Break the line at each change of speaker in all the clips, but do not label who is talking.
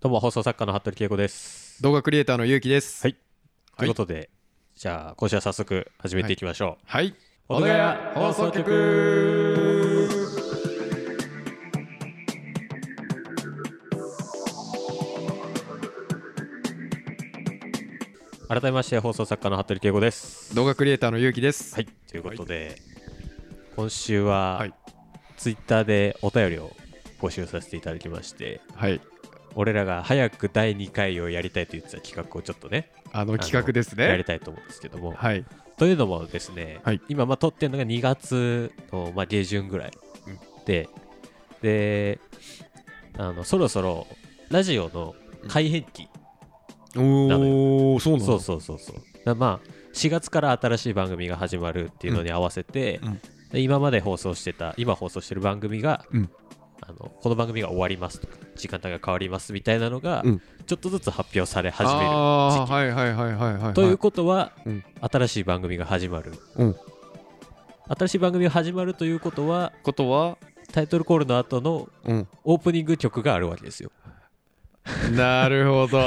どうも放送作家の服部恵子です。
動画クリエイターのゆうきです。
はい。と
はいいう
ことで、じゃあ今週は早速始めていきましょ
はい。
う。小屋
局。
改めまして放送作家の服部恵子です。
動画クリエイターのゆうきです。
はい。ということで、今週は、
はい。
ツイッターでお便りを募集させていただきまして、
はい。
俺らが早く第2回をやりたいと言ってた企画をちょっとね、
あの企画です
やり
ね。
たいと思うんですけども、
はい。
というのもですね、
はい
今まあ撮ってるのが2月の、まあ、下旬ぐらい
うん
で、であのそろそろラジオの改編期、
おお、そうなの。
そうそうそうそうだまあ4月から新しい番組が始まるっていうのに合わせて、
うんうん
で今まで放送してた今放送してる番組が、
うん
あのこの番組が終わりますとか時間帯が変わりますみたいなのが、
うん
ちょっとずつ発表され始める
あ
時期
あ、はいはいはいはいはい。
ということは、
うん
新しい番組が始まる、
うん
新しい番組が始まるということは
ことは。
タイトルコールの後の
うん。
オープニング曲があるわけですよ
なるほど。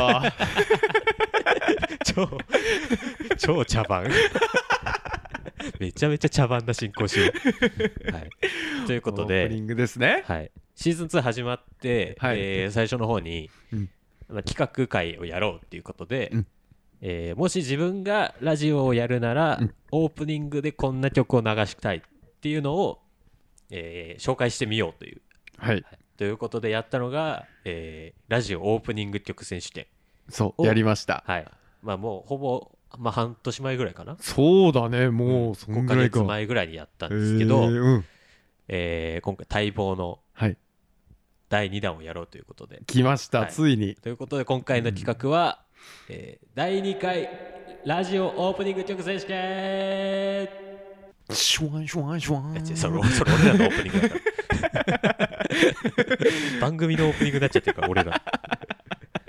超超茶番 めちゃめちゃ茶番な進行しよう、はい、という こと
オープニ
で、
ングですね。
はい、シーズン2始まって、
はい
えー最初の方に、
うん
まあ企画会をやろうっていうことで、
うん
えーもし自分がラジオをやるなら、
うん
オープニングでこんな曲を流したいっていうのを、えー紹介してみようという
はい。
ということでやったのが、えーラジオオープニング曲選手権
そ
お
う。やりました。
はいまあもうほぼ、まあ、半年前ぐらいかな
そうだね。もうそん
5
ぐ
ヶ
らい
月
か。
前ぐらいにやったんですけど、
えーうん。
えー今回待望の
はい。
第2弾をやろうということで
来まし
は
た。
い
ついに。
ということで今回の企画は、えー第2回ラジオオープニング曲選手権
シュワンシュワンシュワ
いや違う
ン。
それそれ俺らのオープニングだから 番組のオープニングになっちゃってるから俺ら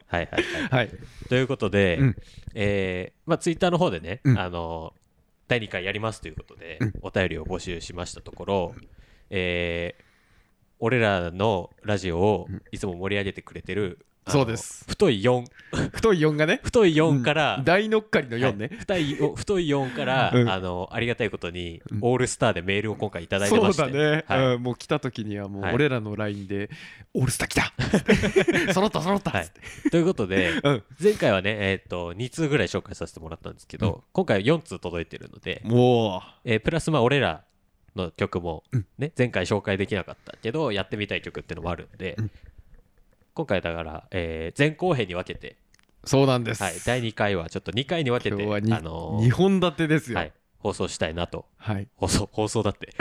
はいはいはい
はい。
ということで、
うん
えーまあ、ツイッターの方でね、
うん
あの第2回やりますということで、
うん
お便りを募集しましたところ、えー俺らのラジオを
うん
いつも盛り上げてくれてる、あの
そうです
太い4
太い4がね。
太い4から、
うん大のっかりの4ね。
太い お太い4から、
うん
あのありがたいことに、
うん
オールスターでメールを今回いただいて
そ
ま
う
して
だね、
はい
うん、もう来た時にはもう
はい
俺らの LINE で「オールスター来た! 」 揃った揃った、
はいということで
うん、
前回はね、えー、と2通ぐらい紹介させてもらったんですけど、今回は4通届いてるので、
も
えープラスまあ俺らの曲も、
うん
ね前回紹介できなかったけどやってみたい曲ってのもあるんで、
うん
今回だから、えー前後編に分けて、
うそうなんです、
はい、第2回はちょっと2回に分け
今
て、
日はに、
あのー
2本立てですよ
は
はい、
い、放送したいなと放送 放送だって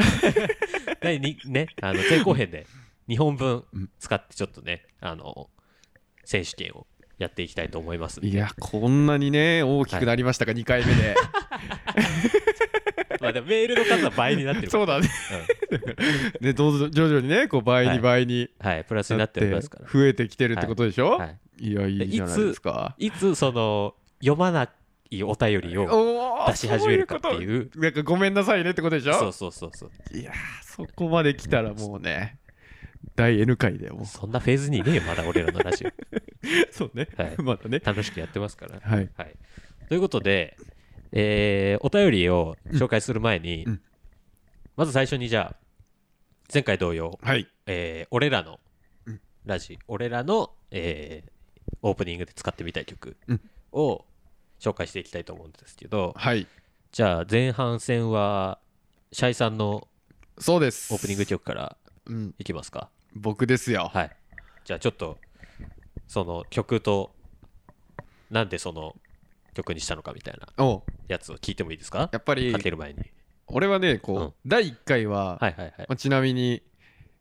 第二ねあの前後編で2本分使ってちょっとね、あのー選手権をやっていきたいと思いますんで
い、やこんなにね大きくなりましたか、二2回目で
まあ、でもメールの数は倍になってるから
そうだね
う
でどうぞ徐々にねこう倍
はい
に倍に
んはい、プラスに
な
なっ
って
おり
て
ますから
増えてきてるってことでしょ、
はいい、
やいいじゃないですか
いつその読まないお便りを
おー
出し始めるかって
そういう
いう
ことなんかごめんなさいねってことでしょ
そうそうそうそう
いやーそこまで来たらもうね第 N 回でもう
そんなフェーズにいねえよまだ俺らのラジオ
そうね、
はい
まだね。
楽しくやってますから
はい。
はいということでえーお便りを紹介する前に、
うんうん
まず最初にじゃあ前回同様、
はい。
えー俺らの
うん
ラジ俺らの、えーオープニングで使ってみたい曲
うん
を紹介していきたいと思うんですけど、
はい。
じゃあ前半戦はシャイさんの
そうです。
オープニング曲から
うん。
いきますか
僕ですよ。
はい。じゃあちょっと、その曲と、なんでその曲にしたのかみたいな
おう
やつを聞いてもいいですか
やっぱり
か、ける前に。
俺はね、こう、
うん
第1回は、
はいはいはい。
まあちなみに、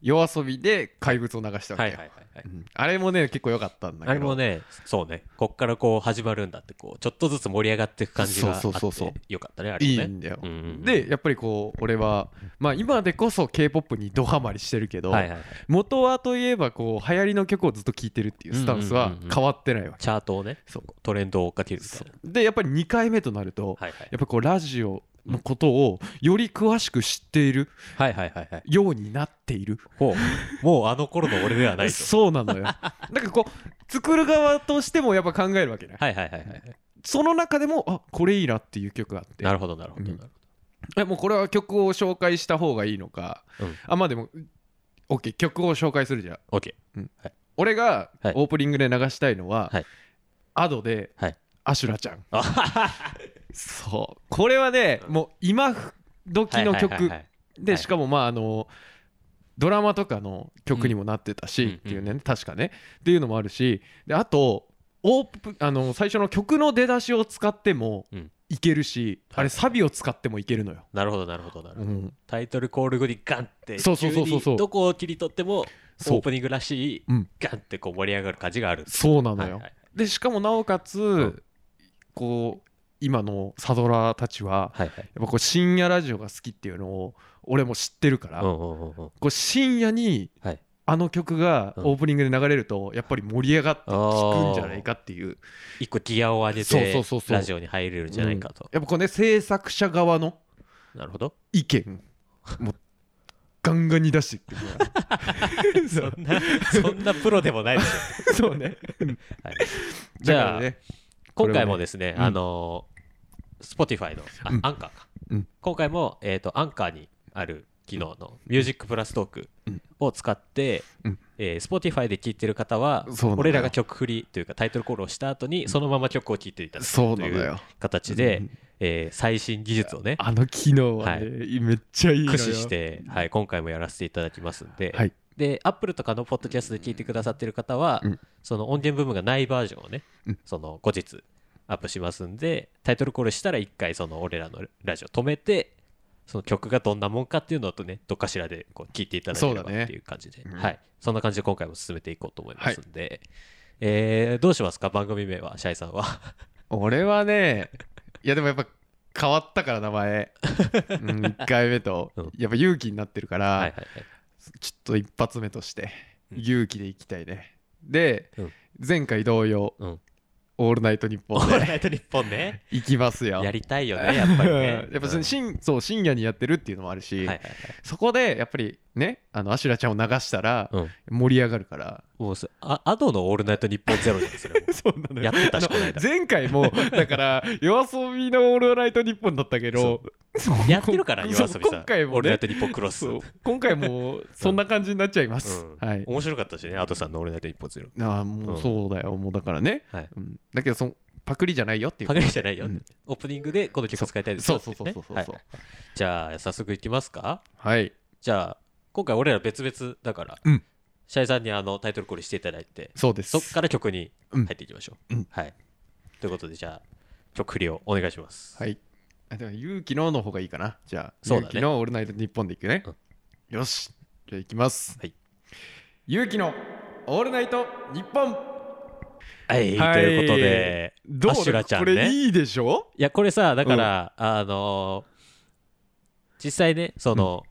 夜遊びで怪物を流したわけ
はい
よ
はいはいはい
うんあれもね、結構良かったんだけど。
あれもね、そうね、こっからこう始まるんだって、こう、ちょっとずつ盛り上がっていく感じがあって
そうそうそうそう
よかったね、あれ
いい
もね。
んだよ。
うんうんうん
で、やっぱりこう、俺は、まあ今でこそ K-POP にドハマりしてるけど、
はいはいはい。
元はといえば、こう、流行りの曲をずっと聴いてるっていうスタンス
うん
は
うんうんうん
変わってないわけ。
チャートをね、
そう
トレンドを追っかけるみたい
で、やっぱり2回目となると、
な。はいはい
やっ。ぱこうラジオのことをより詳しく知っている
はいはいはいはい。
ようになっている
ほう。もうあの頃の俺ではないと。
そうな のよだからこう作る側としてもやっぱ考えるわけね
はいはいはいはい。
その中でもあこれいいなっていう曲があって
なるほどなるほどなるほ
えもうこれは曲を紹介した方がいいのか、
うん
あまあでも OK 曲を紹介するじゃん
ど。オッケ
俺が
はい
オープニングで流したいのは、
はい
アドで、
はい
アシュラちゃん
ー。あはは
そうこれはねもう今時
はい
の曲、
はいはいはい
で
はい
しかもまああのドラマとかの曲にもなってたし、
うん
っていうね、確かねっていうのもあるしであとオープあの最初の曲の出だしを使っても
うん
いけるし、
はい
あれサビを使ってもいけるのよ、
なるほどなるほどなるほ
う
ど。
ん、
タイトルコール後にガンって、
そうそうそうそうそう
急にどこを切り取っても、オ
そう
ープニングらしい、
うん
ガンってこう盛り上がる感じがある。
そうなのよ、
はいはい
でしかもなおかつ、
ん
こう今のサドラーたちは
はいはい。
やっぱこう深夜ラジオが好きっていうのを俺も知ってるから、
うんうんうんうん。
こう深夜に
はい
あの曲が
うん
オープニングで流れるとやっぱり盛り上がって聴くんじゃないかっていう
一個ギアを上げ
そうそ
て
うそう、そう
ラジオに入れるんじゃないかと。
やっぱこうね制作者側の
なるほど。
意見もうガンガンに出してってくるそう
そんな、 そんなプロでもないでしょ。
そうね
はい じ
じ
ゃ
ゃ
あ
あ、ね
今回もですね、
うん
あのー、Spotify の、あ
うん
アンカーか、
うん
今回も、えー、とアンカーにある機能の「ミュージックプラストーク
うん」
を使って、
うん
えー、Spotify で聴いてる方は
そうなのよ
俺らが曲振りというかタイトルコールをした後にそのまま曲を聴いていただく
そう
と
ないの
う
よ
形で、
うん
えー最新技術をね
あの機能はね、めっちゃいいのよ
駆使して、はい、今回もやらせていただきますんで、
はい
で Apple とかのポッドキャストで聞いてくださってる方は、
うん
その音源部分がないバージョンをね、
うん
その後日アップしますんでタイトルコールしたら一回その俺らのラジオ止めてその曲がどんなもんかっていうのとねどっかしらでこう聞いていただけれ
そう
ば
だね
っていう感じで、
うん
はい、そんな感じで今回も進めていこうと思いますんで、えーどうしますか番組名はシャイさんは
俺はねいやでもやっぱ変わったから名前、うん、1回目と、
うん
やっぱ勇気になってるから、
はいはいはい
ちょっと一発目として
うん
勇気でいきたいね、で、
うん
前回同様
「うん、
「オールナイトニッ
オ
ポン」
ール
で
ナイトニッポンね
いきます」よ
やりたいよねやっぱりね
やっぱそ
う
の
ん
深そう深夜にやってるっていうのもあるし、
はいはいはい
そこでやっぱりねあのアシュラちゃんを流したら
うん
盛り上がるから、
もうそあアドの「オールナイトニッポンゼロじゃん それも
そうなの
やってたしこの間
前回もだから夜遊びの「オールナイトニッポン」だったけどそう
やってるから夜遊び
そ
さ
う今回
オ
も
ールナ
ね
イトニッポンクロス」
そう今回もそんな感じになっちゃいます、
うん
はい
面白かったしねアドさんの「オールナイトニッポンゼロ
ああもうそうだよ、もうだからね、
はい
うんだけどそのパクリじゃないよっていう
パクリじゃないよ、
うん
オープニングでこの曲使いたいです
そ
よ
うそうそうそうそう
っていねはいじゃあ早速いきますか
はい
じゃあ今回俺ら別々だから、
うん
シャイさんにあのタイトルコールしていただいて
そうです
そっから曲に
うん
入っていきましょう、
うん
はいということでじゃあ曲振りをお願いします、
はいあでも勇気のの方がいいかなじゃあ、
そうだね
勇気のオールナイト日本でいくね、
うん
よしじゃあいきます、
はい
勇気のオールナイト日本
はい
はい
ということで
どう
アシュラちゃん
こ
ね
れいいでしょ
いやこれさだから、あのー実際ねその、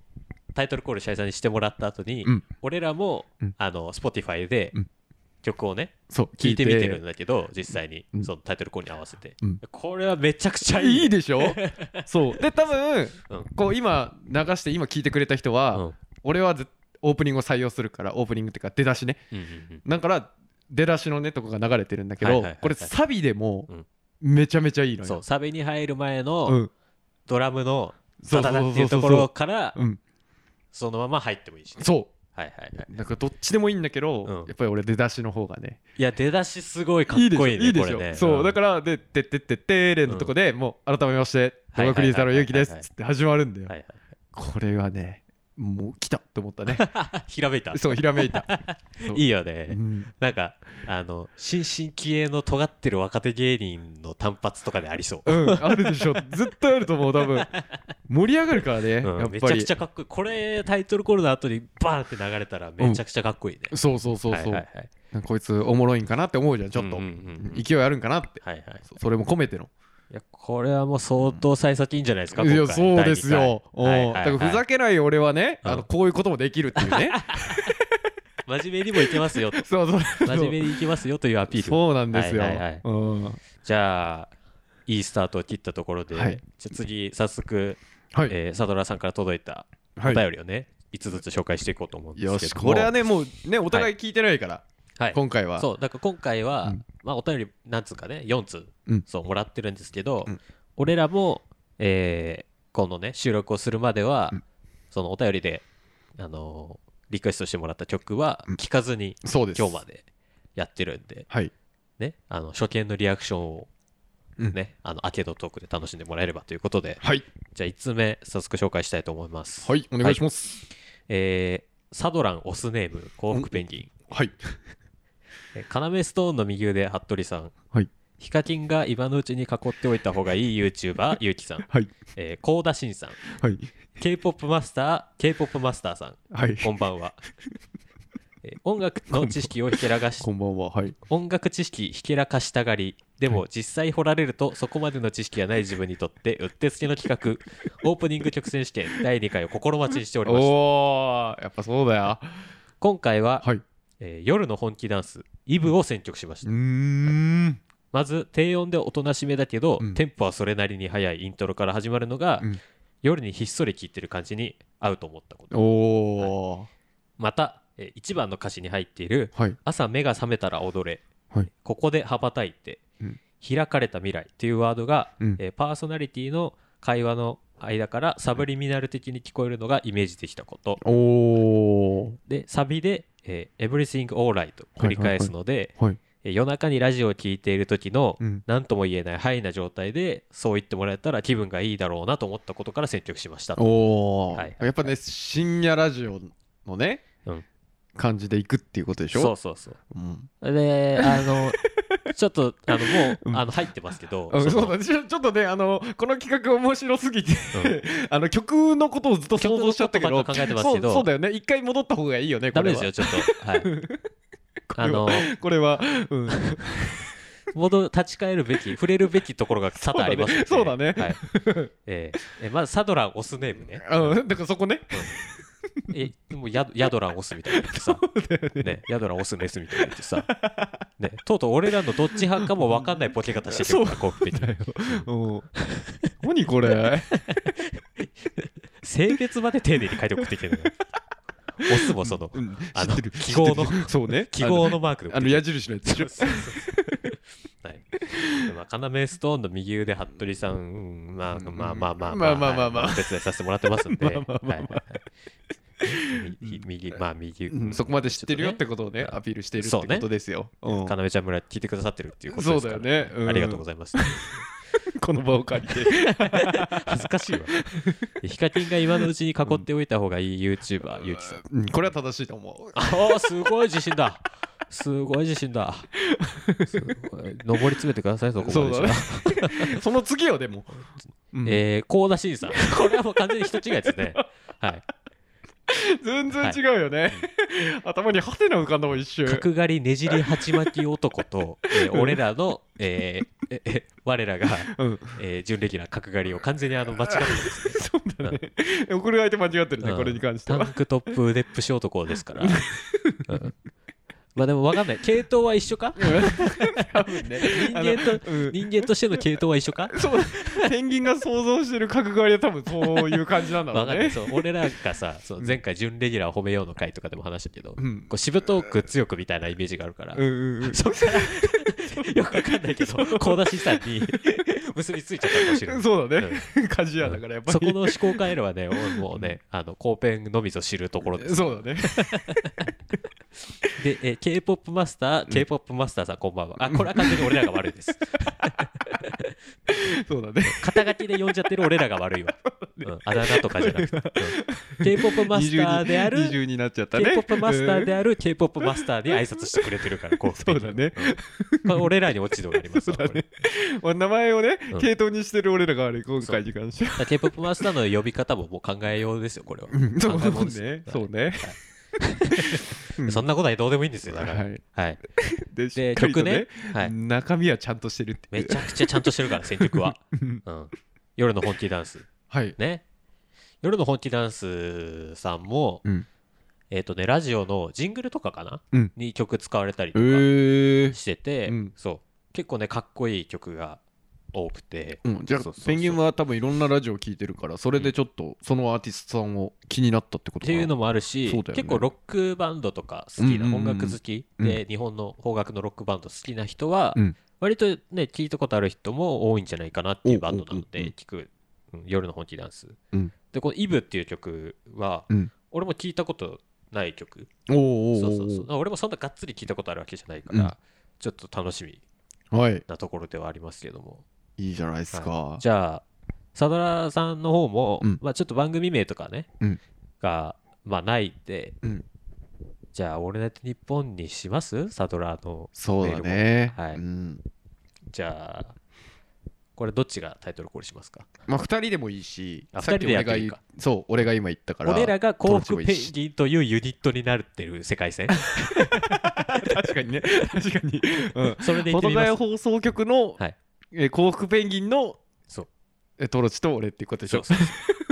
タイトルコールシャイさんにしてもらった後に、
うん
俺らも、
うん
あの Spotify で
うん
曲をね
そう
聴いてみてるんだけど実際に、
うん
そのタイトルコールに合わせて、
うん
これはめちゃくちゃいい
いい でしょそうで多分、
うん
こう今流して今聞いてくれた人
うん
は、
うん
俺はぜオープニングを採用するからオープニングっていうか出だしね
うんうん
だから出だしのねとかが流れてるんだけど、
はいはいはいはい
これサビでも
うん
めちゃめちゃいいのよ、
そうサビに入る前の、
うん
ドラムの
そ
ダ
うそ
ダ
う
ダっていうと
そう
ころから
そううん
そのまま入ってもいいし、ね、
そ
はいはいはいう
なんかどっちでもいいんだけど、
うん
やっぱり俺出だしの方がね
いや出だしすごいかっ
いいでし
こ
ょ
いいね
いいで
こ
し
れ
ょ、
ね
そうだ
か
からで「てってってってーれ」のとこで、もう改めまして「
はいはいはいはい
動画クリエイターのゆうきです」っつって始まるんだよ、
はい
これはねもう来たと思ったね
はい、ひらめいた
そうひらめいた、そう
いいよね、
うん
なんか、あの、新進気鋭の尖ってる若手芸人の単発とかでありそう
う。ん、あるでしょ絶対あると思う多分盛り上がるからね、
うん
やっ
めち
ぱ
ゃ
り
くちゃかっこいい。これ、タイトルコールの後にバーンって流れたらめちゃくちゃかっこいいね。
そうそうそうそう、
はいはいはい、
なんかこいつおもろいんかなって思うじゃんちょっと、
うんうんうん
勢いあるんかなって
はいはい。
そそれも込めての
いや、これはもう相当幸先いいんじゃないですか、
いや
今回
そうですよ、
第二回
おう
はいはいはい
だからふざけない俺はね、
うん
あのこういうこともできるっていう ね
真面目にもいけますよと。
そうそう
真面目にいけますよというアピール。
そうなんですよ、
はいはいはい
うん
じゃあ、いいスタートを切ったところで、
はい
じゃあ次早速、
はい
えーサドラーさんから届いたお
はい
便りをね、5つずつ紹介していこうと思うんですけど
よ
も
しこれはねもうねお互い聞いてないから、
はい
今回は
そうだから今回は、
うん
まあ、お便り何つうかね4つ、
うん
そうもらってるんですけど、
うん
俺らも、えーこのね収録をするまでは、
うん
そのお便りで、あのーリクエストしてもらった曲は
うん
聞かずに
そうです
今日までやってるんで、
はい
ね、あの初見のリアクションを、
うん
ねあのアーケードトークで楽しんでもらえればということで
はい
じゃあ5つ目早速紹介したいと思います、
はいお願いします
えーサドランオスネーム幸福ペンギン
はい
えー要ストーンの右腕服部さん、
はい
ヒカキンが今のうちに囲っておいた方がいい YouTuber ゆうきさん、
はい
えー、高田真さん
はい
K-POP マスター K-POP マスターさん
はい
こんばんは、えー音楽の知識をひけらかし
こんばんははい
音楽知識ひけらかしたがりでも実際掘られるとそこまでの知識がない自分にとってうってつけの企画オープニング曲選手権第2回を心待ちにしておりました
おーやっぱそうだよ
今回は、
はい
えー夜の本気ダンスイブを選曲しました
うーん
まず低音でおとなしめだけど、
うん
テンポはそれなりに速いイントロから始まるのが、
うん
夜にひっそり聴いてる感じに合うと思ったこと
おー
またえー1番の歌詞に入っている
はい
「朝目が覚めたら踊れ」
はい
ここで羽ばたいて」
うん
開かれた未来」というワードが、
うん
えーパーソナリティの会話の間からサブリミナル的に聞こえるのがイメージできたこと
おー
でサビで「えー Everything Alright」繰り返すので、
はい
えー夜中にラジオを聴いている時の
うん
何とも言えないハイな状態でそう言ってもらえたら気分がいいだろうなと思ったことから選曲しましたと
おお、
はい
やっぱね深夜ラジオのね、
うん
感じでいくっていうことでしょ、
そうそうそう
ん、
であ のちょっとあのもう、
うん
あの入ってますけど
あ
その
そうだねちょちょっとねあのこの企画面白すぎて
うん
あの曲のことをずっと想像しちゃったけ
曲の
ど
ことばっか考えてますけど
そうそうだよね一回戻った方がいいよねこ
ダ
れ
メ
は
ですよちょっとはいあの
これは、うん、
戻る立ち返るべき触れるべきところが多々ありますので
そうだね
はいえーえーまずサドランオスネームね
あのだからそこね
えもうヤヤドランオスみたいなのってさね、ヤドランオスネスみたいなのってさ、ね、とうとう俺らのどっち派かも分かんないボケ方してるからこうみたいな
うん何これ
性別まで丁寧に書いて送ってきてるのよオスもその
うん
あ
知
の
ってる
記号の
知ってるそうね
記号のマーク
あ
で
のあの矢印のやつでしょ
そうそうそうはいまあ、要ストーンの右腕服部さん、うんまあ、まあまあまあ
まあまあまあまあ
はいお手伝いさせてもらってますんで
まあまあまあまあ
はいみ右まあ右、
うんそこまで知ってるよってことを
ち
ね
ょっとね
アピールしているっ
そう
て
ね
ことですよ、うん
要ちゃん村聞いてくださってるっていうこと
そ
で
う
す
だ
から
よね、
ありがとうご
ざい
ざいます
ますこの場を借りて
恥ずかしいわ。ヒカキンが今のうちに囲っておいた方がいい YouTuber、ゆうきさん。
うんこれは正しいと思う
ああ、すごい自信だ。すごい自信だ。すごい上り詰めてください、そこまで
そ
じ
う
ゃ
だね。 その次よでも、うん
えー、高田真さん。これはもう完全に人違いですね。はい。
全然違うよね、 頭にハテナ浮かんだもん一瞬
角刈りねじり鉢巻き男と、えー俺らの、えーええ我らが、
うん
えー、準レギュラー角刈りを完全にあの間違え
そうだね送る相手間違ってる
て
ね、これに関して
タ
は
ンクトップ腕っぷし男ですから。うんまあでも分かんない。系統は一緒か
多分ね
人間と
あのうん
人間としての系統は一緒か
そうペンギンが想像してる角刈りは多分そういう感じなんだろ
わ
う
かんない
ね
そう俺らがさそう前回準レギュラーを褒めようの回とかでも話したけど、
うん
こうしぶとく強くみたいなイメージがあるから、
うんうんうん
そっからよくわかんないけど高田資産に 結びついちゃったかもしれない。
そうだね、鍛冶屋だからやっぱり
そこの思考回路はね、俺もうね、あの、コーペンのみぞ知るところです。
そうだね
で、えー K-POP マスター、K-POP マスターさん、こんばんは。あ、これは完全に俺らが悪いです。
そうだね
肩書きで呼んじゃってる俺らが悪いわ。うん、あだ名とかじゃなくて。うん K-POP マスターであ
二
る、
重になっちゃったね
K-POP マスターである K-POP マスターに挨拶してくれてるから、こう。
そうだね
これ俺らに落ち度がありますわ、これ
うん俺名前をね、
うん
系統にしてる俺らが悪い今回に関しては
だから K-POP マスターの呼び方ももう考えようですよ、これは。
うんそう
考えもんです
ねそう
は
ね
いそんなことはどうでもいいんですよ、だから。
はい
はい。
でしっ
で、
かりと
曲
ね
ね。はい。
中身はちゃんとしてるってい
め
う
ちゃくちゃちゃんとしてるから、選曲 は。
うん
うん。夜の本気ダンス。
はい
ね。夜の本気ダンスさんも、
うん
えっ、とね、ラジオのジングルとかかな、
うん
に曲使われたりと
え
か
ー
してて、
うん
そう。結構ね、かっこいい曲が多くて、
うん、じゃ
そうそうそ
あ
う
ペンギンは多分いろんなラジオ聞いてるからそれでちょっとそのアーティストさんを気になったって
っ
ことか
て
な
いうのもあるし、
そうだよね
結構ロックバンドとか好きな、
うんうんうん
音楽好きで、日本の邦楽のロックバンド好きな人は、
うん
割とね聞いたことある人も多いんじゃないかなっていうバンドなの
おうおうおうおう
で聞く、うん夜の本気ダンス、
うん
でこの「イブ」っていう曲は、
うん
俺も聞いたことない曲
おうおう
そ
お
う
う
そうそう俺もそんながっつり聞いたことあるわけじゃないから、
うん
ちょっと楽しみ
はい
なところではありますけども
いいじゃないですか、
はいじゃあサドラーさんの方も、
うん
まあ、ちょっと番組名とかね、
うん
が、まあ、ないんで、
うん
じゃあ「オールナイトニッポン」にしますサドラーの
そうだね、
メールもはい
うん
じゃあこれどっちがタイトルコールしますか
まあ2人でもいいし
あ
さっき
二人でや
俺
って
が
いい
い
か
そう俺が今言ったから
俺らが幸福ペン
どっちも
ギンというユニットになってる世界線
確かにね確かに、
それでい
保
って
土
みま
ヶ谷
す
放送局の、
はい
えー幸福ペンギンの
そう
えートロチと俺っていうことでし
そ
ょ
うそうそう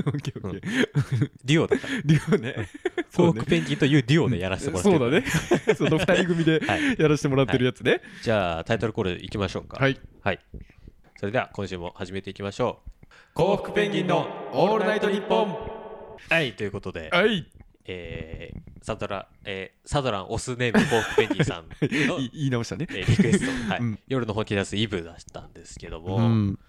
オッケーオッケー
デュオだ から
理由ね
幸福ペンギンというデュオでやらせてもらって
そ
る
うだね その2人組で
はい
やらせてもらってるやつね
じゃあタイトルコールいきましょうか
はい
はい、それでは今週も始めていきましょう
幸福ペンギンのオールナイトニッポン
はい、ということで、
はい
えーサドラ、えーサドランオスネームコークペンギンさんの、
い言い直したね
えーリクエスト、はい
うん
夜の本気出すイブ出したんですけども、
うん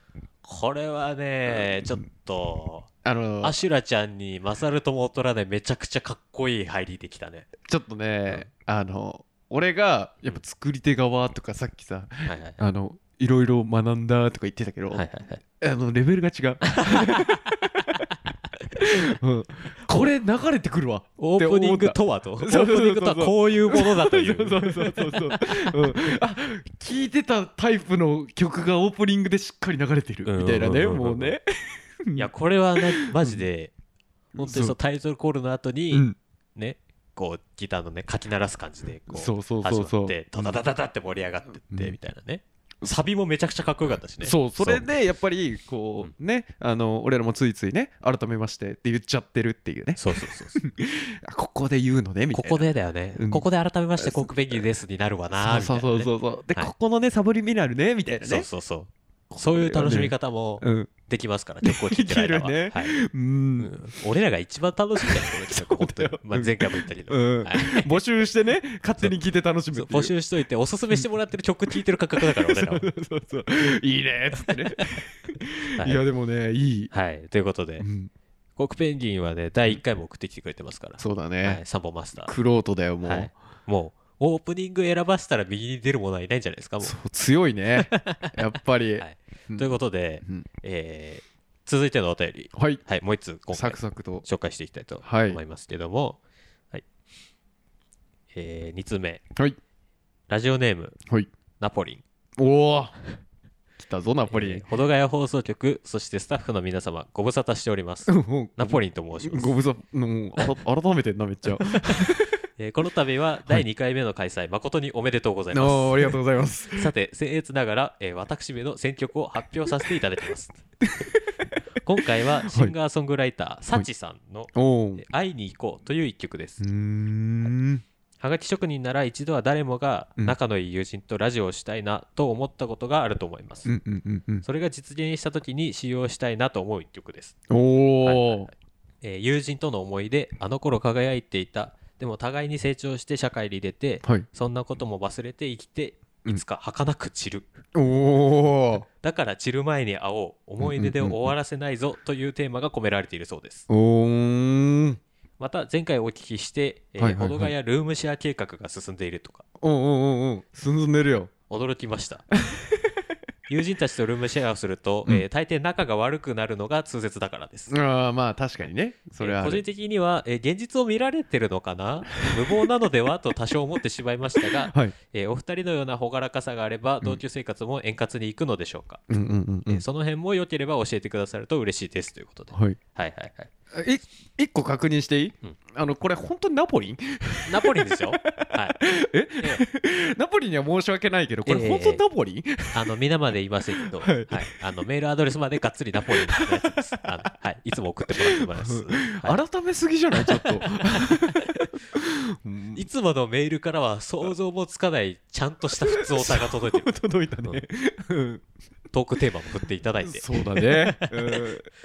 これはね、ちょっと、
あのー
アシュラちゃんに勝るとも劣らないめちゃくちゃかっこいい入りできたね。
ちょっとねあの俺がやっぱ作り手側とかさっきさ
はいはいはい。
あのいろいろ学んだとか言ってたけど、
はいはいはい、
あのレベルが 違う、うんこれ流れてくるわ
オープニングとはとオ
そう
ー
そうそうそう
プニングとはこういうものだと
そう
い
そうそううそうそう、うん、あ聞いてたタイプの曲がオープニングでしっかり流れてるみたいなね
うんうんうんうん
もうね
いやこれはねマジで本当にそのタイトルコールの後に、
うん
ね、こうギターのね、かき鳴らす感じで、こう、
そうそう
始
そ
ま
うそう
って、ダダダダダって盛り上がってっ
う
て、
ん
みたいなね。サビもめちゃくちゃかっこよかったしね。
そうそれでやっぱりこうねあの俺らもついついね改めましてって言っちゃってるっていうね
そう。そうそうそうそ う。
あここで言うのねみた
こ
いな
こでだよね
うん。
ここで改めまして、コークペンギンですになるわな、みた
そ
いうな。
そう
ね
そうそうで、
はい
ここのねサブリミナルねみたいな
そう
ね
そうそう。そういう楽しみ方も
うん
できますから、曲を聴いてる間は。
でき
はい
うん、
うん俺らが一番楽しいんだよ、この企画本当に
そうだよ。
まあ前回も言ったけど。
うん
はい
募集してね勝手に聞いて楽しむ
そう
っていう
募集しといて、おすすめしてもらってる曲聴いてる感覚だから、俺らは。
そうそういいねっつってね、
はい
い、やでもねいい、
はい。ということで
う、ん、
コークペンギンはね、第1回も送ってきてくれてますから。
そうだ
はい
ね、、
サンボマスター。
クロートだよもう、
はい、もうオープニング選ばせたら右に出るものはいないんじゃないですかも
そう強 いねやっぱり、
はいう。ということで、
うん
えー続いてのお便り、
はい
はい、もう一つ今
サ
回
クサクと
紹介していきたいと
はい
思いますけども、はいえ2通目
はい
ラジオネーム、
はい
ナポリン
おお来たぞナ
ナ
ポリン、
保土ヶ谷放送局そしてスタッフの皆様ご無沙汰しており ますナポリンと申します
ご無沙汰もうあ ら改めてんなめ っちゃ
えーこの度は第2回目の開催、誠におめでとうございます
あありがとうございます
さて、僭越ながら、えー私めの選曲を発表させていただきます。 今回はシンガーソングライター、サチさんの
おお
えー「会いに行こう」という一曲です。
うーん
はがき職人なら一度は誰もが
うん
仲のいい友人とラジオをしたいなと思ったことがあると思います。
うんうんうんうん
それが実現した時に使用したいなと思う一曲です。
おお
えー友人との思い出、あの頃輝いていた、でも互いに成長して社会に出て、
はい
そんなことも忘れて生きて、
うん
いつか儚く散る。
おお
だから散る前に会おう思い出で終わらせないぞというテーマが込められているそうです
おー
また前回お聞きしてえー
はいはいは
保
い
土ヶ谷ルームシェア計画が進んでいるとか
おんおんおんおん進んでるよ
驚きました 友人たちとルームシェアをすると、えー大抵仲が悪くなるのが通説だからです
ああまあ確かにねそれは
えー
あ
個人
る
的には、えー現実を見られてるのかな無謀なのではと多少思ってしまいましたが、
はい
えーお二人のような朗らかさがあれば同居生活も円滑にいくのでしょうか、
うんうんうんう
えー
ん
その辺も良ければ教えてくださると嬉しいですということで、はい
はい
はいはい
え一個確認していい、
うん
あのこれ本当にナポリン
ナポリンです よ。はい。え
ナポリンには申し訳ないけどこ
ええ
れ本当にナポリン、
あの、皆まで言いませんけど、はい。あの、メールアドレスまでがっつりナポリンのやつ です。あのはい。いつも送ってもらってます。は
改めすぎじゃないちょ っとうん
い。いつものメールからは想像もつかない、ちゃんとした普通オタが届いてる。
届いたね、うん
トークテーマも振っていただいて、
そうだね。う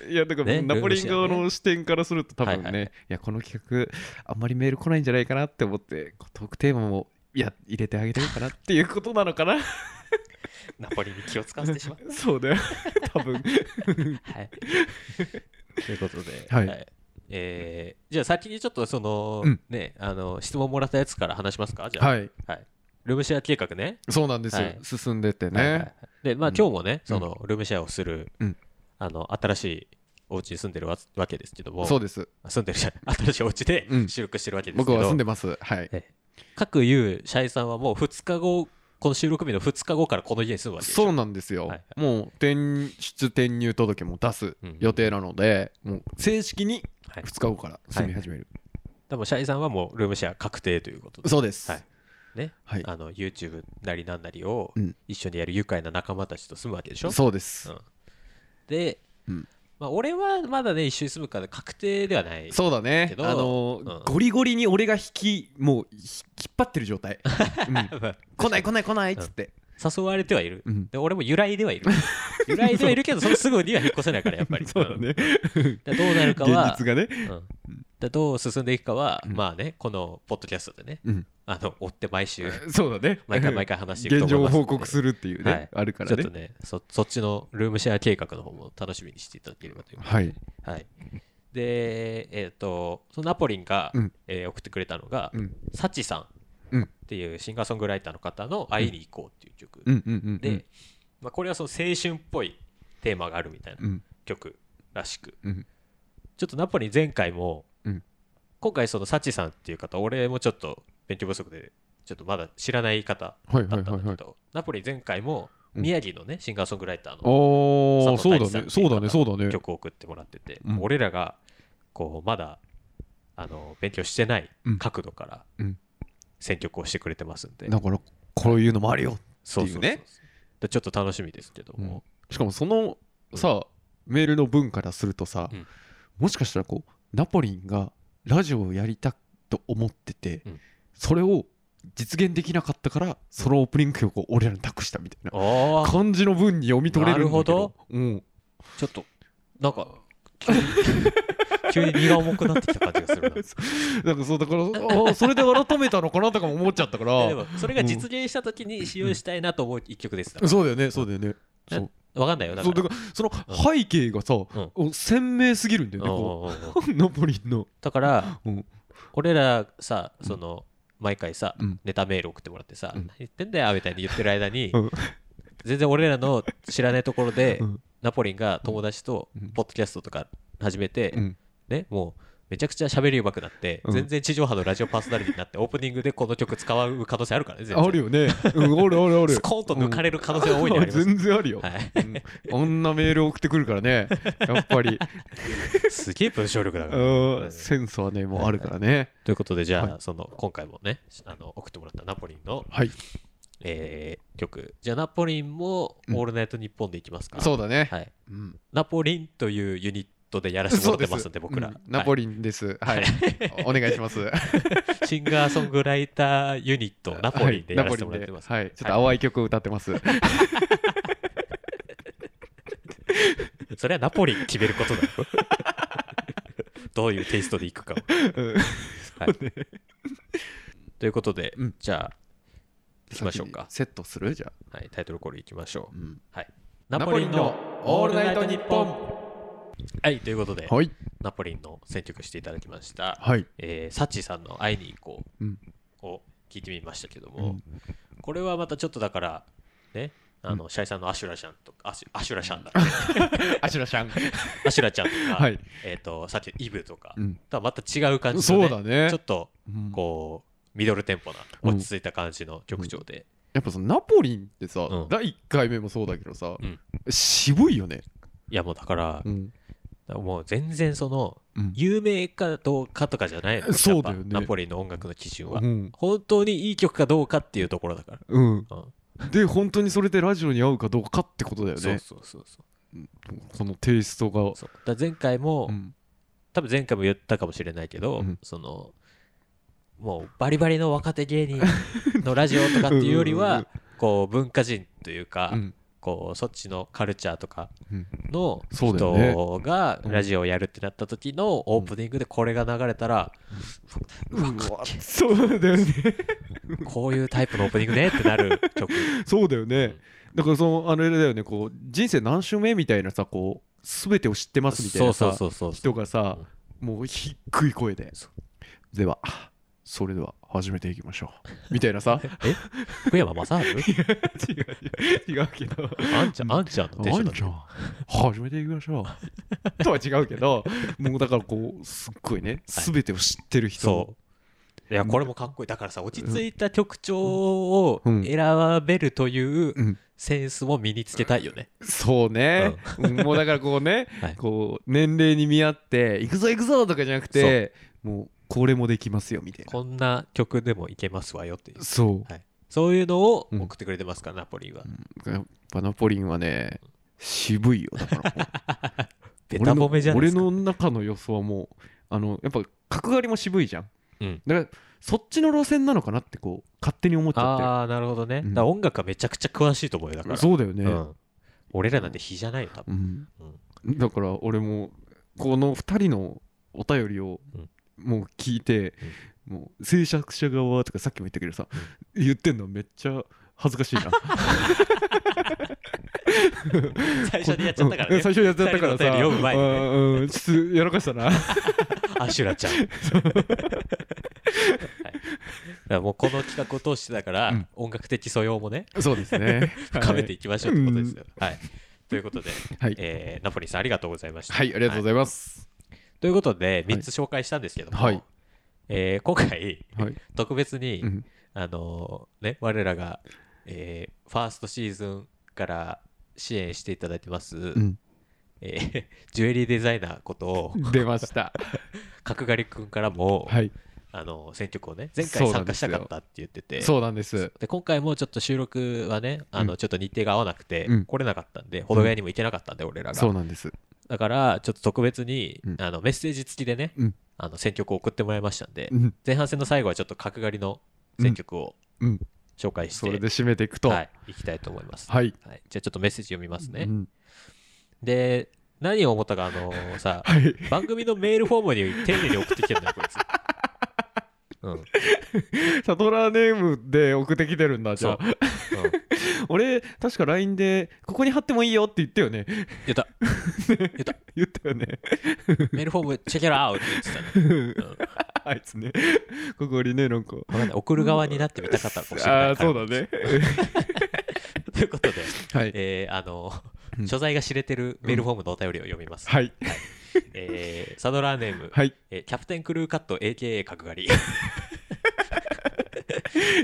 んいや、だから、
ね
ナポリン側の視点からすると、多分ね、
はいいはい
や、この企画、あんまりメール来ないんじゃないかなって思って、こうトークテーマも、いや、入れてあげてるかなっていうことなのかな。
ナポリに気を使わせてしまう。
そうだよ、多分。
はい、ということで、
はい
えーじゃあ先にちょっとその、
うん
ね、あの質問もらったやつから話しますかじゃあ、
はい、
ルームシェア計画ね。
そうなんですよ、
はい
進んでって
はいはいは
ね
い。で、まあ
うん
今日もね、そのルームシェアをする
うん、
あの、新しいお家に住んでるわわけですけども、
そうです。
住んでるじゃん、新しいお 家で
うん
収録してるわけです
僕
け
は住
ど
ん、でます。はい。
各言うシャイさんはもう2日後、この収録日の2日後からこの家に住むわけです
そうなんですよ、
はいは
もう転出転入届も出す
うん
予定なので、もう正式に
はい
2日後から住み始める、
でもシャイさんはもうルームシェア確定ということで、
そうです、
はいね、
はい
あの、YouTube なりなんなりを
うん
一緒にやる愉快な仲間たちと住むわけでしょ
そうです、
うんで
うん、
まあ俺はまだね、一緒に住むから確定ではない。
そうだね
け
あ
ど
のー
うん
ゴリゴリに俺が引きもう引っ張ってる 状態、うん
まあ
来ない来ない来ないっつって、
誘われてはいる。
うん
で俺も由来ではいる 由来ではいるけどそのすぐには引っ越せないからやっぱり
そうだね
うんだからどうなるかは
現実がね、
うんだからどう進んでいくかは、
うん
まあねこのポッドキャストでね
うん、
あの追って毎週
そうだね
毎回毎回話していくと
現
思いま
状を
す
報告す
る
るっていうね、
はい
あるか
ちょ
ら
っと
ね
ねそそっちのルームシェア計画の方も楽しみにしていただければという
はい
はいでえっ、とそのナポリンが、
うん
えー送ってくれたのが、
うん
サチさん
うん
っていうシンガーソングライターの方の「会いに行こう」っていう曲、
うんうんうんうん
で、まあ、これはその青春っぽいテーマがあるみたいな
うん
曲らしく、
うん
ちょっとナポリ前回も、
うん
今回そのサチさんっていう方俺もちょっと勉強不足でちょっとまだ知らない方
はい
だ
は
っ
い
たんだけ
はい
ど、
はい
ナポリ前回も
うん
宮城のね、シンガーソングライターの
ああ
佐
そう
藤大地
だ
さん
ねそうだねそうだね
曲を送ってもらってて、
うん
俺らがこうまだあの勉強してない
うん
角度から
うん
選曲をしてくれてますんで、
だからこういうのもあるよ
そう
っていうね
でちょっと楽しみですけども、
しかもそのさ、メールの文からするとさ、
うん
もしかしたらこうナポリンがラジオをやりたと思ってて、
うん
それを実現できなかったからそのオープニング曲を俺らに託したみたいな
ああ
感じの文に読み取れるんだけ
なる
どうん、
ちょっと、なんか、急 に急に荷が重くなってきた感じがするな。
なんかそうだからあ ーそれで改めたのかなとかも思っちゃった
で
から
も、それが実現した時に使用したいなと思う一曲です。だか
そうだよねそうだよね
ら
そう
わかんないよ、だ
そう
から。
だからその背景がさ、鮮明すぎるんだよねこ
うんうんうんうん
う ナポリンの、
だから、
うん
俺らさ、その、毎回さ
うん、
ネタメール送ってもらってさ、
うん
何言ってんだよみたいに言ってる間に
うん、
全然俺らの知らないところで
うん、
ナポリンが友達と
うん、
ポッドキャストとか始めて
う、ん
ね、もうめちゃくちゃ喋り上手くなって、
うん
全然地上波のラジオパーソナリティになって、オープニングでこの曲使う可能性あるからね、全然。
あるよね。うん、あるあるある。
スコーンと抜か
れ
れる可能性は大いにあります。
全然あるよ。
はい、
うんあんなメール送ってくるから ね。やっぱり。
すげえ文章力だから。
うんセンスはね、もうあるからね。
ということで、じゃあ、
は
その今回もねあの、送ってもらったナポリンの、
はい。
えー曲、じゃあ、ナポリンも「
うん
オールナイトニッポン」でいきますか。
そうだね。
はい、
うん
ナポリンというユニットでやらせてもらってますんで、僕ら、
うんナポ
リ
リンです。 はい。お願いします。
ンシンガーソングライターユニット、ナポリンでやらせてもらってます。
はい。ナポリンではいちょっと淡い曲を歌っ てます。
それはナポリンが決めることだよ。 どういうテイストでいくかを。
うん
はい、ということで、
うん
じゃあ、行きましょうか。
セットするじゃあ。
はい、タイトルコールいきましょう。
うん
はい、
ナポリンのオールナイトニッポン。
はい、ということで、
はい。
ナポリンの選曲していただきました、
はい。
えー、サッチーさんの「会いに行こ
うん
う」を聞いてみましたけど
う
も
ん、
これはまたちょっとだから、ね、あの、シャイさんのアシュラシャンとか、アシュアシュラシャンだ、
アシュラシャン。
アシュラちゃんとか、
はい。
えっ、と、さっきのイブとか、
うん
とはまた違う感じの、
そ
ね
うだね
ちょっ。と
うん
こう、ミドルテンポな、
うん
落ち着いた感じの曲調で、
やっぱそのナポリンってさ、
うん
第1回目もそうだけどさ、
うん
渋いよね、
いや、もうだから、
ん
もう全然その、
うん
有名かどうかとかじゃないのやっぱ
そうだよね
ナポリの音楽の基準は、
うん
本当にいい曲かどうかっていうところだから、
うん、
うん
で本当にそれでラジオに合うかどうかってことだよ
そう
ね
そうそうそう
このテイストが、
そうだから前回も、
うん
多分前回も言ったかもしれないけど、
うん
そのもうバリバリの若手芸人のラジオとかっていうより
うんうん
はこう文化人というか、
うん
こうそっちのカルチャーとか
うん
の
そうだよね
人がラジオをやるってなった時のオープニングでこれが流れたら、
うわそ うだよね
こういうタイプのオープニングねってなる曲
そうだよねだからそのあのあれだよねこう人生何周目みたいなさこう全てを知ってますみたい
そう
な
そう
さ
そうそう
人がさもう低い声で
そ
ではそれでは始めていきましょうみたいな さ
福山雅治
違う 違うけど
あんちゃんあんちゃんのテンションだ
あんちゃん始めていきましょう とは違うけどもうだからこうすっごいね
はい
全てを知ってる人
そういやこれもかっこいいだからさ落ち着いた曲調を選べるという
うん
センスも身につけたいよね、
そうね、 もうだからこうね、
はい
こう年齢に見合って「行くぞ行くぞ!」とかじゃなくてもうこれもできますよみたいな
こんな曲でもいけますわよっていう
そう
そういうのを送ってくれてますから、ナポリンは
やっぱナポリンはね渋いよだから
ベタ褒めじゃないで
俺
すか
の俺の中の予想はもうあのやっぱ角刈りも渋いじゃん、
うん
だからそっちの路線なのかなってこう勝手に思っちゃってる
ああなるほどね、
うん
だから音楽はめちゃくちゃ詳しいと思うよだから
そうだよね、
うん、俺らなんて比じゃないよ多分
うんだから俺もこの2人のお便りを
うん
もう聞いて、もう制作者側とかさっきも言ったけどさ、言ってんのめっちゃ恥ずかしいな
最初にやっちゃったから
うん
ね
最初やっちゃったか
二人のお便り
らさ
読む前にね
うんうんちょっとやらかし たな
アシュラちゃん、はい、だからもうこの企画を通してだから、
うん
音楽的素養もね
そうですね
深めていきましょうってことですよ、はいということで、
はい、
えーナポリンさんありがとうございました、
はい、ありがとうご
は
ざいます
いということで3つ紹介したんですけども、
はい
えー今回
はい、
特別に、
うん
あのーね、我らが、えーファーストシーズンから支援していただいてます、
うん
えージュエリーデザイナーことを
出ました
角刈り君からも、
はい
あのー選曲をね前回参加したかったって言ってて
そうなんです
で今回もちょっと収録はねあのちょっと日程が合わなくて、
うん
来れなかったんでほどがやにも行けなかったんで、俺らが
そうなんです
だからちょっと特別に、
うん
あのメッセージ付きでね、
うん
あの選曲を送ってもらいましたんで、
うん
前半戦の最後はちょっと角刈りの選曲を
うん
紹介して、
それで締めていくと
はい、いきたいと思います。
はい
はい、じゃあちょっとメッセージ読みますね。
うん
で、何を思ったか、あのー さ、
はい
番組のメールフォームに丁寧に送ってきてるんだよ、こいつ。 うん、
サトラーネームで送ってきてるんだじ
そ
ゃ
う
あ。俺確か LINE で「ここに貼ってもいいよ」って言ったよね
言った、
言った よね
メールフォーム、チェケラアウトって言ってたね。うん
あいつねここにねなんか
わかんない送る側になってみたかったのかもしれない。
ああーそうだ ね
ということで、
はい
えーあの
うん
ー所在が知れてるメールフォームのお便りを読みます。
はい
えーサドラーネーム、
はい
えーキャプテンクルーカット AKA 角刈り。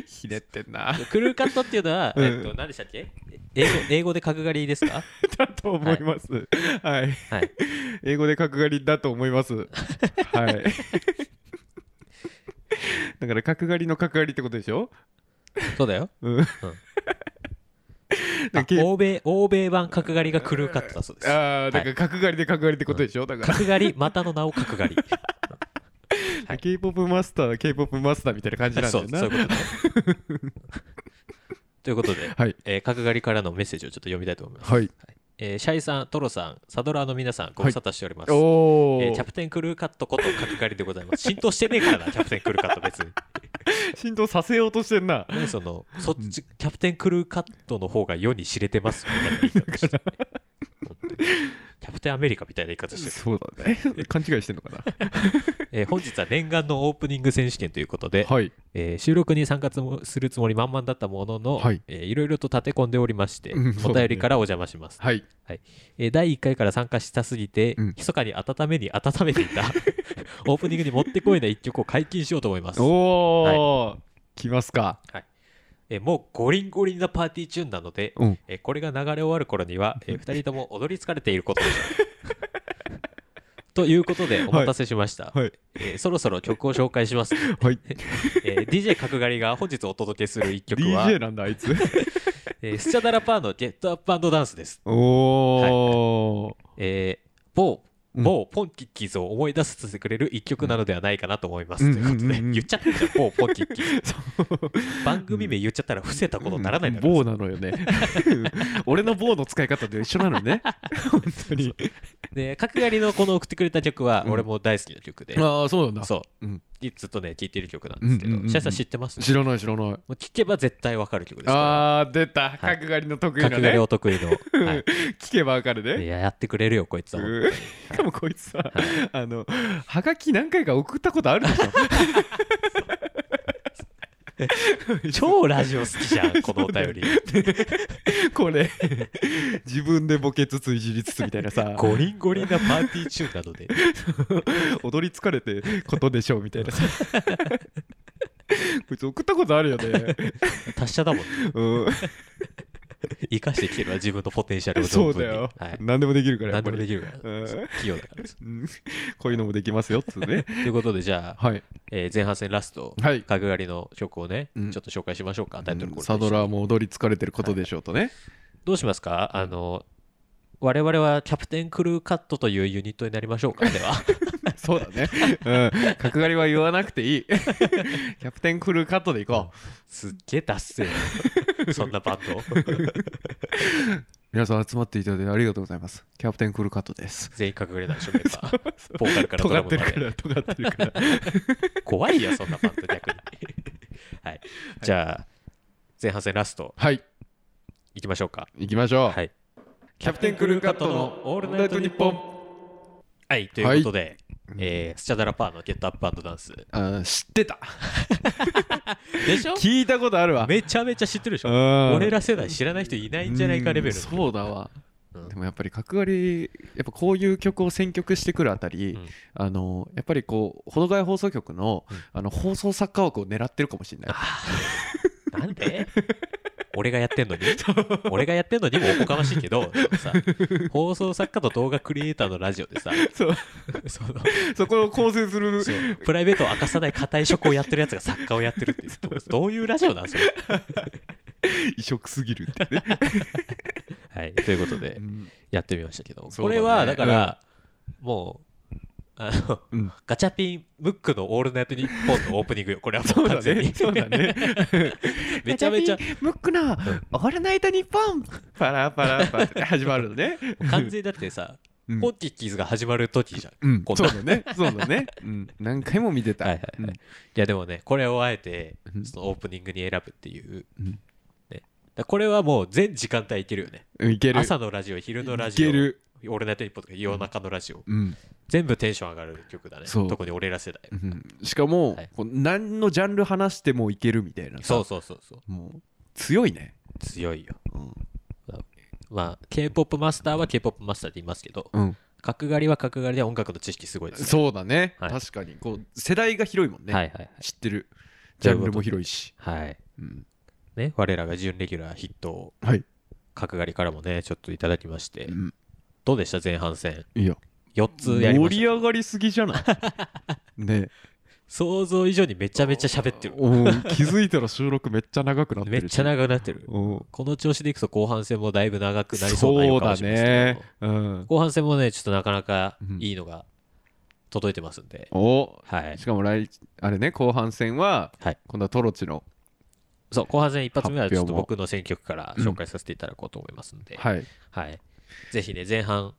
ひねってんな
クルーカットっていうのは、
うん
えっと、何でしたっけ英語英語で角刈りですか
だと思いますはい、
はい
英語で角刈りだと思います はいだから角刈りの角刈りってことでしょ
そうだよ。
うん
あ
け
欧米、欧米版角刈りがクルーカットだそうです。
ああだから角刈りで角刈りってことでしょ、だから
角刈り、股の名を角刈り。はい
K-POP マスター K-POP マスターみたいな感じなんだ
そ
よ
う、
な
そういうことね。ということで、
はい
えー角刈りからのメッセージをちょっと読みたいと思います。
はい
えーシャイさん、トロさん、サドラーの皆さん、ご無沙汰しております。
おお、
えーキャプテンクルーカットこと角刈りでございます。浸透してねえからな、キャプテンクルーカット別に。
浸透させようとしてんな
何その、そっち、キャプテンクルーカットの方が世に知れてますみたいな言い方してるね。本当にキャプテンアメリカみたいな言い方してる。
そうだね勘違いしてんのかな
えー本日は念願のオープニング選手権ということで、
はい
えー収録に参加つもするつもり満々だったものの、
はい
えーいろいろと立て込んでおりまして、
うんそ
お
うだね
便りからお邪魔します、
はい
えー第1回から参加したすぎて、
うん
密かに温めに温めてい たオープニングにもってこいな一曲を解禁しようと思います
お、お、来ますか
えーもうゴリンゴリンなパーティーチューンなので、
うん
えーこれが流れ終わる頃には、え2人とも踊り疲れていることでしょうということでお待たせしました、
はい
えーそろそろ曲を紹介します
はい
えー DJ 角刈りが本日お届けする一曲 は、
DJ なんだあいつ
えースチャダラパーの Get Up and Dance です。
おお、
えー某
うん
某ポンキッキーズを思い出させてくれる一曲なのではないかなと思います、
うん
ということで、
うんうんうん
言っちゃったじゃん某ポンキッキーズ
そう
番組名言っちゃったら伏せたことにならないだろ、
棒なのよね 俺の棒の使い方と一緒な のね本当に
で角刈りのこの送ってくれた曲は
うん
俺も大好きな曲で、
ああそうなんだ、
そう
ん、
うずっとね聴いてる曲なんですけど、
うんうんうんうん
シャイさん知ってます
知らない知らない
もう聴けば絶対わかる曲ですか
あー出た
はい
角刈りの得
ら
意な
角刈り
ね
お得意の、 は
聞けばわかる
い、い
ね
ややってくれるよこいつは
うんしかもこいつさあのはがき何回か送ったことあるでしょ
超ラジオ好きじゃんこのお便り
これ自分でボケつついじりつつみたい なさ
ゴリンゴリンなパーティー中などで
踊り疲れてことでしょうみたいなさこいつ送ったことあるよね
達者だもんね
うん
生かしてきてるわ自分のポテンシャルを存
そうだ
分に
よ、
はい、
何でもできるからやっ
何で
ぱ
もで
り
きるから
うん
器用だからです
うんこういうのもできますよっつうね
ということでじゃあ、
はい
えー前半戦ラスト
はい
角刈りの曲をね、
うん
ちょっと紹介しましょうかタイトルコールでした
サドラーも踊り疲れてることでしょうとね、
どうしますかあの我々はキャプテンクルーカットというユニットになりましょうかで は
そうだね、うん、角刈りは言わなくて いいキャプテンクルーカットでいこう
すっげえダッセ ーそんなバンド
皆さん集まっていただいてありがとうございますキャプテンクルーカットです
全員隠れないでしょメンバーボーカルからド
尖
ラ
っ
ム
て
ま
るか
で
ら尖ってるから
怖いよそんなバンド逆にはいじゃあ前半戦ラスト
はい
いきましょうか
行きましょう、
はい
キャプテンクルーカットの
オー
オールナイトニッポン
はいということで、えースチャダラパーのゲットアップダンス
あー知ってた
でしょ
聞いたことあるわ
めちゃめちゃ知ってるでしょ俺
俺
ら世代知らない人いないんじゃないかレベルの
そうだわ、
うん
でもやっぱり角刈りやっぱこういう曲を選曲してくるあたり、
うん
あのやっぱりこう保土ヶ谷放送局の,、
うん
あの放送作家枠を狙ってるかもしれない
なんで俺がやってんのに俺がやってんのにもおこがましいけどそのさ放送作家と動画クリエイターのラジオでさ
そう
その
そこを構成する
そうプライベートを明かさない固い職をやってるやつが作家をやってるっていうどうどういうラジオなんそれ
異色すぎるっ てね、
はいということで
うん
やってみましたけど、
そう
こ
だね
れはだから、もうあの、
うん
ガチャピンムックの「オールナイトニッポン」のオープニングよこれはも
そうう
完
だ
全に
ねそうだね
めちゃめちゃ
ムックの「オールナイトニッポン」パラパラパラって始まるのね
完全にだってさ、
うん
ポッキッキーズが始まる時じゃん
うん
こん
そう
な
だねそうだね、うん、何回も見てた、
はいはいはいいやでもねこれをあえて
うん
そのオープニングに選ぶっていう、
うん
ね、だからこれはもう全時間帯いけるよね
うんいける
朝のラジオ昼のラ
い
ジオ
ける、
オールナイトニッポンとか夜中のラジオ、
うん
全部テンション上がる曲だね
そう
特に俺ら世代、
うんしかも、
はい
こう何のジャンル話してもいけるみたいなさ
そうそうそうそう
もう強いね、
強いよ
うん
まあ k p o p マスターは k p o p マスターで言いますけど角刈りは角刈りで音楽の知識すごいです
そうだね、
はい
確かにこう世代が広いもんね、
はいはい
知ってるジ
とい
ャ
うことで
ンルも広いし
はいはい
うん
ね我らが準レギュラーヒットを
はい、
角刈りからもねちょっといただきまして
うん
どうでした前半戦
いや
4つやりま
盛
し
り
た
上がりすぎ じゃないね
想像以上にめちゃめちゃ喋ってる
おー気づいたら収録めっちゃ長くなって
め
る
っちゃ長くなってる
おー
この調子でいくと後半戦もだいぶ長くなりそうな
そ
予
う
感
だ
はしますけ
ね
ど
うん
後半戦もねちょっとなかなかいいのが届いてますんで
お
はい
しかも来あれね後半戦は、
はい
今度はトロチの
そう後半戦一発目はちょっ
発表
と
も
僕の選曲から紹介させていただこうと思いますんで、
はい
はい、ぜひね前半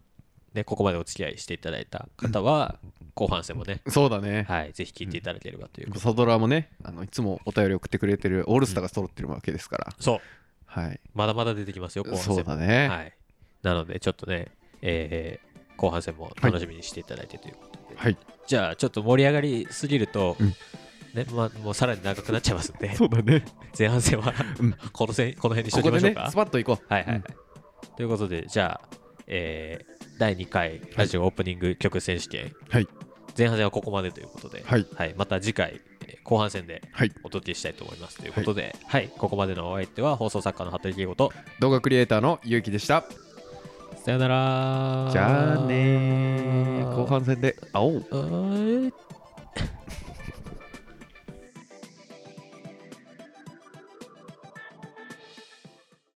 ねここまでお付き合いしていただいた方は後半戦もね、
そうだね、
はい、ぜひ聞いていただければということ、
サドラーもねあのいつもお便り送ってくれてるオールスターが揃ってるわけですから、
そう
はい
まだまだ出てきますよ後半戦
そうだね、
はい、なのでちょっとね、えー後半戦も楽しみにしていただいてということで、
はい
じゃあちょっと盛り上がりすぎると、
うん
ねまあ、もうさらに長くなっちゃいますんで
そうだね
前半戦は、
うん
このせんこの辺にし
こと
き
こ
ま
で
しょう
ね
か、
スパッといこう
はいはいはい、
うん
ということで、じゃあ、えー第2回ラジオオープニング曲選手権、
はい
前半戦はここまでということで、
はい
また次回、えー後半戦で
はい
お届けしたいと思いますということで、はいここまでのお相手は放送作家の服部圭吾と、
動画クリエイターのゆうきでした
さよなら。
じゃあねー後半戦で会おう
あーえーっ